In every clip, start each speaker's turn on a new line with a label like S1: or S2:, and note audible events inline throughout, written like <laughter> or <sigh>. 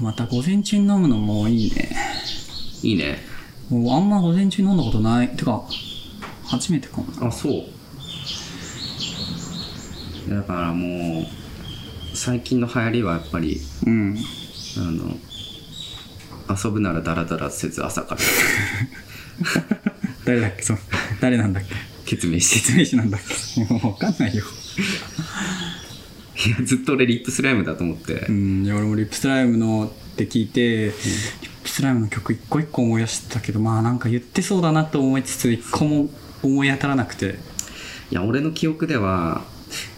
S1: また午前中に飲むのもいいね。
S2: いいね。
S1: もうあんま午前中に飲んだことない。てか、初めてかも。
S2: あ、そう。いやだからもう、最近の流行りはやっぱり、
S1: うん。
S2: あの、遊ぶならダラダラせず朝から。 <laughs>
S1: 誰だっけそう。誰なんだっけ
S2: 決明して
S1: 説明師なんだっけもうわかんないよ。
S2: いや、ずっと俺リップスライムだと思って。
S1: うん、いや俺もリップスライムのって聞いて、リップスライムの曲一個一個思い出してたけど、まあなんか言ってそうだなと思いつつ、一個も思い当たらなくて。
S2: いや、俺の記憶では、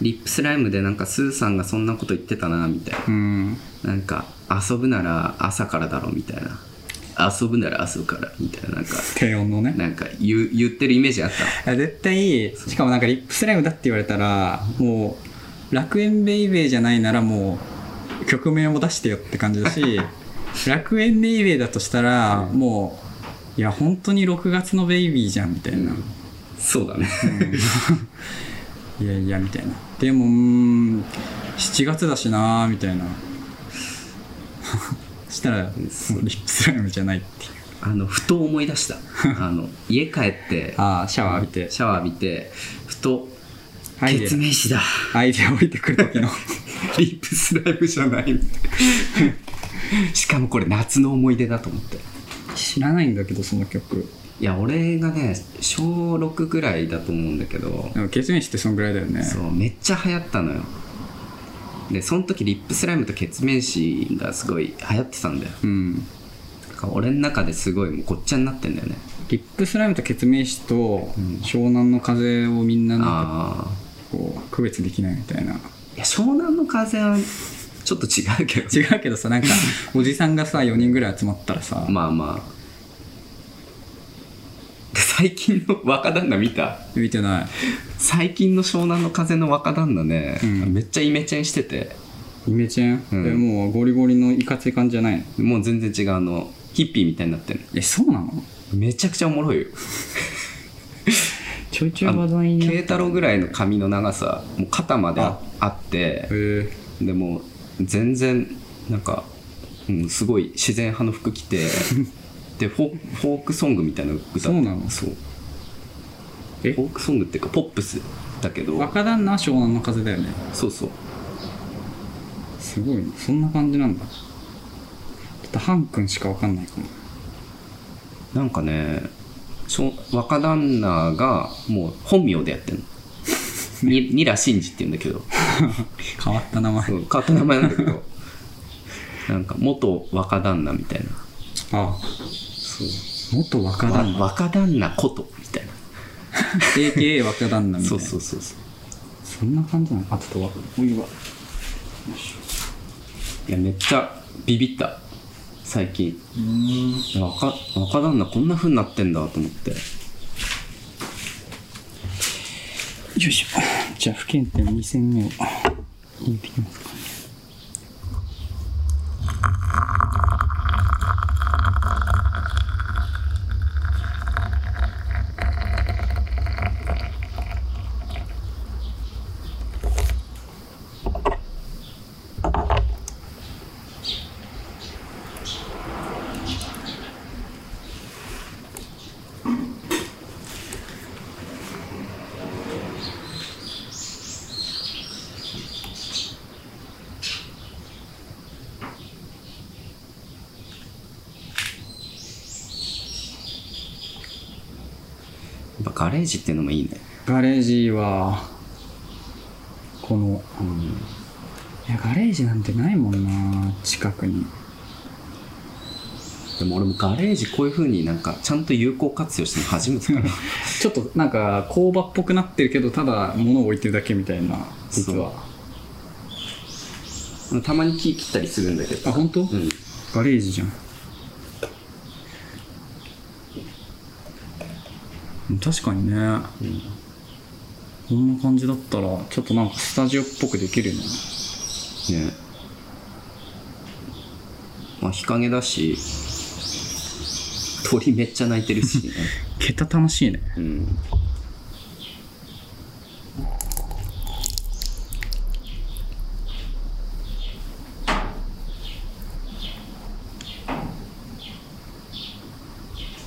S2: リップスライムでなんかスーさんがそんなこと言ってたな、みたい
S1: うん。
S2: な。なんか、遊ぶなら朝からだろ、みたいな。遊ぶなら朝から、みたいな。なんか、
S1: 低音のね。
S2: なんか言う言ってるイメージあった。
S1: いや絶対しかもなんかリップスライムだって言われたらもう楽園ベイベーじゃないならもう曲名も出してよって感じだ <laughs> し楽園ベイベーだとしたらもういや本当に6月のベイビーじゃんみたいな、
S2: そうだね。
S1: いやいやみたいなでもうーん7月だしなーみたいな <laughs> そしたらもうリップスライムじゃないっていう
S2: あの、ふと思い
S1: <laughs>
S2: 出した。あの、家帰って、
S1: ああシャワー浴びて
S2: シャワー浴びて、ふと、
S1: アイデ
S2: 決明詞だ。
S1: アアイデア置いてくる時 <laughs> の
S2: リップスライムじゃない。
S1: <laughs>
S2: しかもこれ夏の思い出だと思って。
S1: 知らないんだけどその曲
S2: いや、俺がね、小6ぐらいだと思うんだけど、
S1: でも血面師ってそんぐらいだよね
S2: そう、めっちゃ流行ったのよ。で、その時リップスライムと血面師がすごい流行ってたんだよ。
S1: うん
S2: だから俺の中ですごいもうごっちゃになってんだよね。
S1: リップスライムと血面師と湘南の風をみんななんか
S2: ああ。
S1: こう区別できないみたいない
S2: や、湘南の風はちょっと違うけど。
S1: 違うけどさなんかおじさんがさ4人ぐらい集まったらさ
S2: まあまあ。で最近の若旦那見た
S1: 見てない
S2: 最近の湘南の風の若旦那ね、
S1: うん
S2: めっちゃイメチェンしてて、
S1: イメチェン、
S2: うん
S1: えもうゴリゴリのいかつい感じじゃないの
S2: もう全然違うあの、ヒッピーみたいになってる。
S1: えそうなの
S2: めちゃくちゃおもろいよ。
S1: ちょいち
S2: あの
S1: へ
S2: 慶太郎ぐらいの髪の長さ、もう肩までああって、
S1: え
S2: でも全然なんか、うん、すごい自然派の服
S1: <laughs>
S2: 着てでフォフォークソングみたいな歌って
S1: そうなの
S2: そう
S1: え
S2: フォークソングっていうかポップスだけど
S1: 若旦那は湘南の風だよね
S2: そうそう
S1: すごいねそんな感じなんだちょっとハン君しかわかんないかも
S2: なんかねしょ若旦那がもう本名でや
S1: <laughs>
S2: ってんのにニラシンジって言うんだけど
S1: 変わった名前
S2: そう変わった名前なんだ
S1: <laughs>
S2: けどなんか元若旦那みたいな
S1: ああ元若
S2: わ
S1: 旦那
S2: 若旦那ことみたいな
S1: AKA 若旦那みたい
S2: そう
S1: な
S2: そうそうそう
S1: そんな感じなのあちょっとわお湯が
S2: いやめっちゃビビった最近若若旦那こんな風になってんだと思って
S1: よいしょじゃあ不検点2戦目を入れてきますか
S2: やっぱガレージっていうのもいいね
S1: ガレージはこの、いやガレージなんてないもんな近くに
S2: でも俺もガレージこういう風になんかちゃんと有効活用してるの初めてかな
S1: ちょっとなんか工場っぽくなってるけどただ物を置いてるだけみたいな実は <laughs>
S2: たまに木切ったりするんだけど
S1: あ本当、
S2: うん
S1: ガレージじゃん確かにね、こんな感じだったらちょっとなんかスタジオっぽくできるよね
S2: ねまあ日陰だし鳥めっちゃ鳴いてる
S1: <laughs>
S2: しね
S1: 桁楽しいね
S2: う
S1: い
S2: ん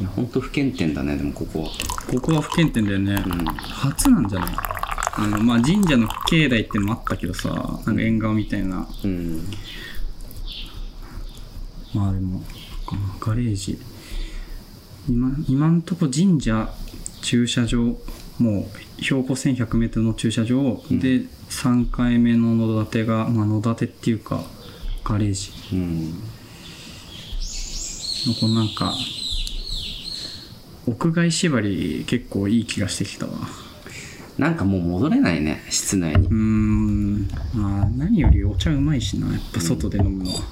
S2: いや本当不検点だねでもここは
S1: ここは不検点だよね、
S2: ん
S1: 初なんじゃないあのまあ神社の境内ってのもあったけどさなんか縁側みたいな
S2: うん
S1: まあでもこのガレージ今今んとこ神社駐車場もう標高 1100m の駐車場、で3回目の野立がまあ野立っていうかガレージ
S2: うん
S1: のこのなんか屋外縛り結構いい気がしてきたわ
S2: なんかもう戻れないね室内に
S1: うーんまあ何よりお茶うまいしなやっぱ外で飲むのは、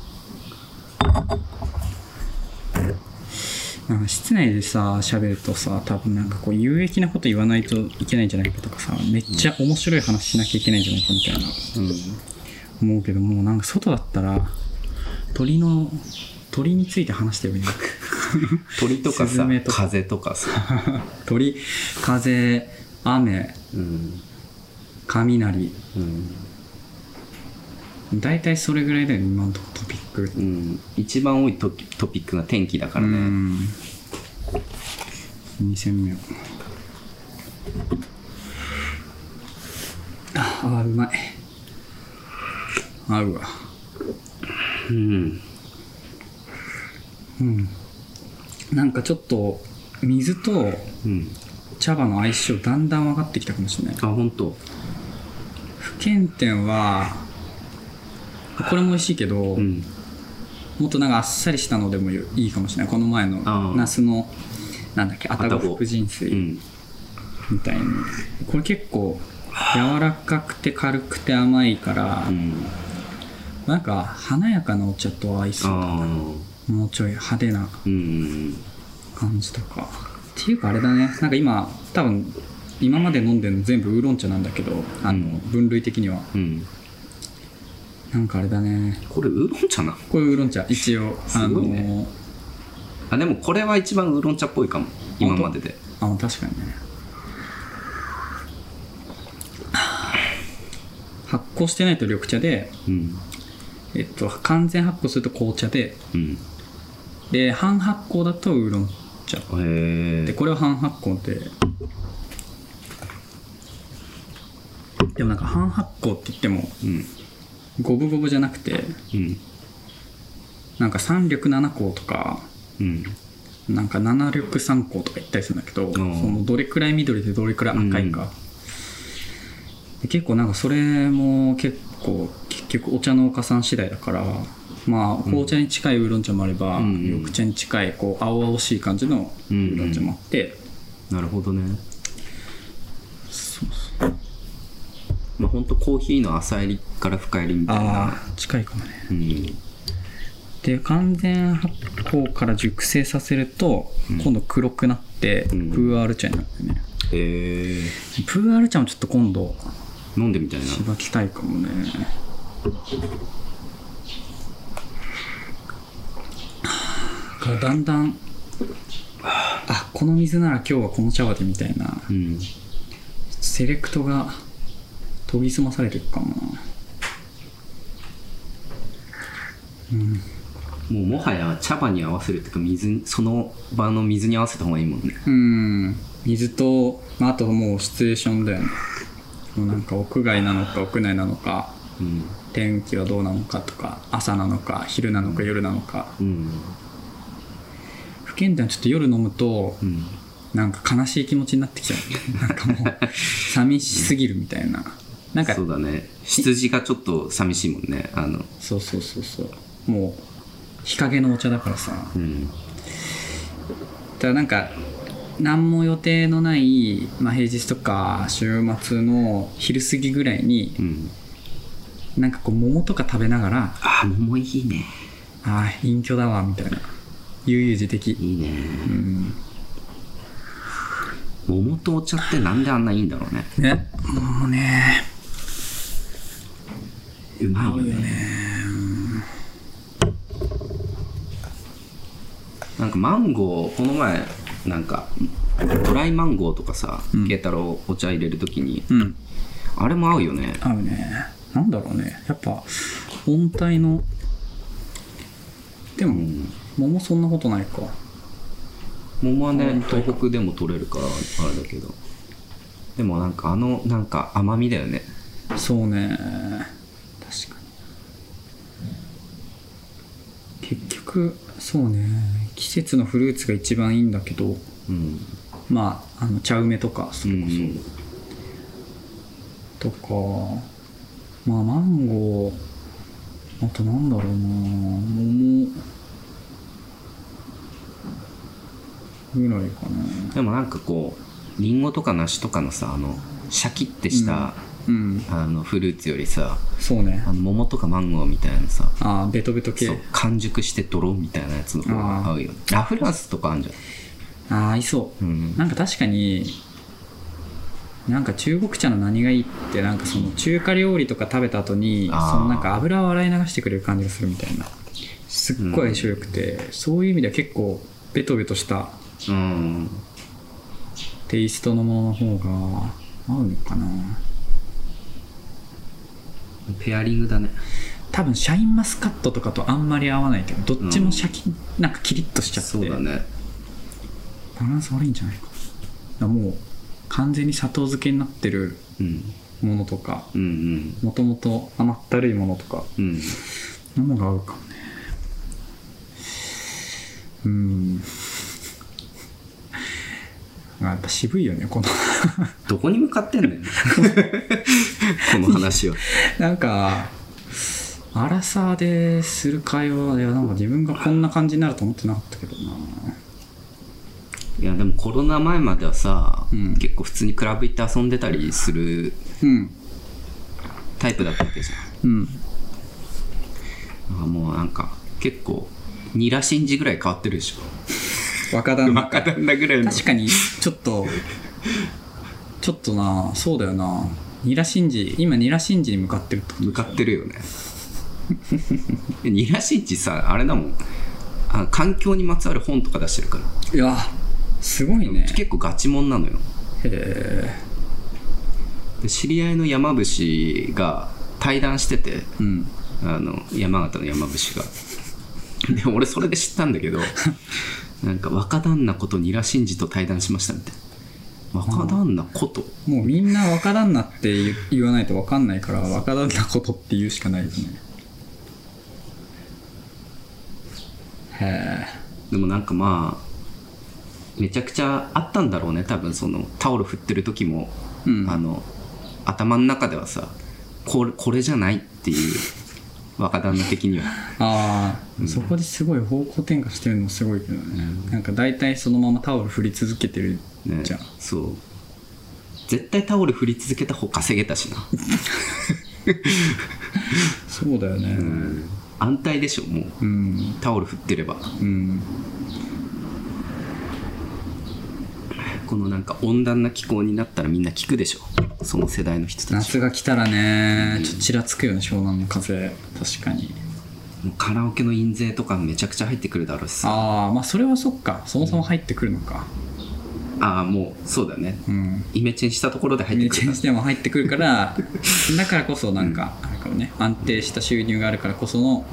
S1: なんか室内でさ喋るとさ多分なんかこう有益なこと言わないといけないんじゃないかとかさめっちゃ面白い話しなきゃいけないんじゃないかみたいな
S2: うん
S1: 思うけどもうなんか外だったら鳥の鳥について話してるよね
S2: 鳥とか
S1: スズ
S2: さ
S1: メとか
S2: 風とかさ、
S1: 鳥風雨
S2: うん
S1: 雷
S2: うん
S1: 大体それぐらいだよね今のとこトピック
S2: うん、一番多いトピトピックが天気だから
S1: う
S2: ね、
S1: ん2戦目をああーうまい合うわ
S2: うん
S1: うんなんかちょっと水と
S2: うん、
S1: 茶葉の相性だんだん分かってきたかもしれない
S2: あ本当
S1: 不検点はこれも美味しいけど、
S2: うん
S1: もっとなんかあっさりしたのでもいいかもしれないこの前の
S2: あー
S1: ナスのなんだっけあた
S2: あ
S1: ご
S2: たご
S1: 福神
S2: う
S1: 水、
S2: ん
S1: みたいにこれ結構柔らかくて軽くて甘いから、
S2: うん
S1: なんか華やかなお茶と合いそう
S2: あー
S1: もうちょい派手な
S2: うん
S1: 感じとかっていうかあれだねなんか今多分今まで飲んでるの全部ウーロン茶なんだけどあ
S2: う
S1: の
S2: ん
S1: 分類的には
S2: うん
S1: なんかあれだね
S2: これウーロン茶なの
S1: これウーロン茶一応
S2: す
S1: あの
S2: ごいねあでもこれは一番ウーロン茶っぽいかも今までで
S1: あ確かにね発酵してないと緑茶で、
S2: うん
S1: えっと、完全発酵すると紅茶で
S2: うん
S1: で半発酵だとウーロン茶
S2: へ
S1: で
S2: え
S1: これは半発酵ででもなんか半発酵って言っても
S2: うん
S1: 五分五分じゃなくて
S2: うん
S1: なんか三緑七香とか
S2: うん
S1: なんか七緑三香とか言ったりするんだけど、
S2: ん
S1: そのどれくらい緑でどれくらい赤いか、で結構なんかそれも結構結局お茶のおさん次第だからまあ紅茶に近いウーロン茶もあれば、
S2: うんうん
S1: 緑茶に近いこう青々しい感じのウーロン茶もあって、
S2: なるほどね
S1: そうそう
S2: まあ本当コーヒーの浅入りから深入りみたいな
S1: ああ近いかもね
S2: うん
S1: で完全発酵から熟成させると、今度黒くなってプ
S2: ん
S1: ーアール茶になってね、
S2: へえ
S1: プーアール茶もちょっと今度
S2: 飲んでみたいな
S1: しばきたいかもねからだんだんあこの水なら今日はこの茶葉でみたいな
S2: うん
S1: セレクトが研ぎ澄まされていくかもな
S2: もうもはや茶葉に合わせるっていうか水にその場の水に合わせた方がいいもんね
S1: うん水と、まあ、あともうシチュエーションだよねもうなんか屋外なのか屋内なのか
S2: うん
S1: 天気はどうなのかとか朝なのか昼なのか夜なのか
S2: うん
S1: 不健談ちょっと夜飲むと
S2: うん
S1: なんか悲しい気持ちになってきちゃう
S2: <laughs>
S1: なんかもう寂しすぎるみたいななんか
S2: そうだね羊がちょっと寂しいもんねあの
S1: そうそうそうそうもう日陰のお茶だからさ
S2: うん
S1: ただなんか何も予定のない、まあ、平日とか週末の昼過ぎぐらいに
S2: うん
S1: なんかこう桃とか食べながら
S2: ああ桃いいね
S1: ああ隠居だわみたいな悠々自適
S2: いいね
S1: うん
S2: 桃とお茶ってなんであんないいんだろうね
S1: ねもうね
S2: うまいよねなんかマンゴーこの前なんかドライマンゴーとかさ
S1: うん
S2: 慶太郎お茶入れるときに
S1: うん
S2: あれも合うよね
S1: 合うねなんだろうねやっぱ温帯のでも、
S2: ん
S1: 桃そんなことないか
S2: 桃はね東北でも取れるからあれだけどでもなんかあのなんか甘みだよね
S1: そうね確かに結局そうね季節のフルーツが一番いいんだけど
S2: うん
S1: まああの茶梅とかそれこそ、
S2: ん
S1: とかまあマンゴーあとなんだろうな桃ぐらいかな
S2: でもなんかこうリンゴとか梨とかのさあのシャキッてした、
S1: うん
S2: あのフルーツよりさ
S1: そうね
S2: あの桃とかマンゴーみたいなさ
S1: ああベトベト系
S2: そう完熟して泥みたいなやつの方が合うよラフランスとかあんじ
S1: ああいそ
S2: ゃん、うん
S1: う、なんか確かになんか中国茶の何がいいってなんかその中華料理とか食べた後にそ
S2: あー
S1: のなんか油を洗い流してくれる感じがするみたいなすっごい相性良くて、そういう意味では結構ベトベトした
S2: うん
S1: テイストのものの方が合うのかな
S2: ペアリングだね
S1: 多分シャインマスカットとかとあんまり合わないけどどっちもシャキ、なんかキリッとしちゃって
S2: そうだね
S1: バランス悪いんじゃないかだからもう完全に砂糖漬けになってる
S2: うん
S1: ものとか
S2: うんうん
S1: もともと甘ったるいものとか
S2: うん
S1: のものが合うかもねうんあやっぱ渋いよねこの <laughs>
S2: どこに向かってんのよ <laughs> この話 <laughs> は
S1: なんかアラサーでする会話ではなんか自分がこんな感じになると思ってなかったけどない
S2: やでもコロナ前まではさ、
S1: うん
S2: 結構普通にクラブ行って遊んでたりする
S1: うん
S2: タイプだったわけじゃん
S1: うん
S2: なんかもうなんか結構ニラシンジぐらい変わってるでしょ
S1: 若旦那
S2: 若旦那ぐらいの
S1: 確かにちょっとちょっとなそうだよなニラシンジ今ニラシンジに向かってるってこと
S2: 向かってるよね <laughs> ニラシンジさあれだもんあ環境にまつわる本とか出してるから、
S1: いやすごいね
S2: 結構ガチモンなのよ
S1: へえ
S2: で知り合いの山伏が対談してて
S1: うん
S2: あの山形の山伏が <laughs> で俺それで知ったんだけ <laughs> どなんか若旦那ことニラシンジと対談しましたみたいな若旦那こと
S1: もうみんな若旦那って言言わないと分かんないから若旦那ことって言うしかないよねへ
S2: でもなんかまあめちゃくちゃあったんだろうね多分そのタオル振ってる時も、
S1: うん
S2: あの頭の中ではさこれこれじゃないっていう若旦那的に
S1: <laughs>
S2: は
S1: えああ、そこですごい方向転換してるのもすごいけどね、なんか大体そのままタオル振り続けてる
S2: ね
S1: じゃん、
S2: そう絶対タオル振り続けた方稼げたしな、
S1: そうだよね
S2: うん、安泰でしょもう
S1: うん
S2: タオル振ってれば
S1: うん
S2: このなんか温暖な気候になったらみんな聞くでしょその世代の人たち
S1: 夏が来たらねちょっとちらつくよね湘南の風確かに
S2: もうカラオケの印税とかめちゃくちゃ入ってくるだろうしさ
S1: ああまあそれはそっかそもそも入ってくるのか
S2: ああもうそうだね
S1: うん
S2: イメチェンしたところで入っ
S1: メ
S2: て
S1: チ
S2: く
S1: ェ
S2: る
S1: ンしても入ってくるからだからこそなんかあれかもね安定した収入があるからこその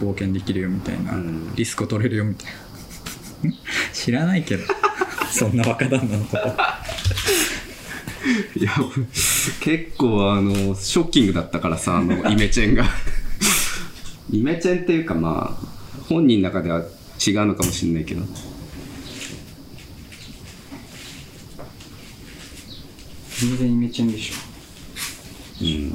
S2: う
S1: 冒険できるよみたいな、
S2: うん
S1: リスクを取れるよみたいな <laughs> 知らないけど <laughs> そんな若旦那のこと <laughs>
S2: ん、いや結構あのショッキングだったからさあ <laughs> のイメチェンがイメチェンっていうかまあ本人の中では違うのかもしれないけど
S1: 全然イメチェンでしょ
S2: うん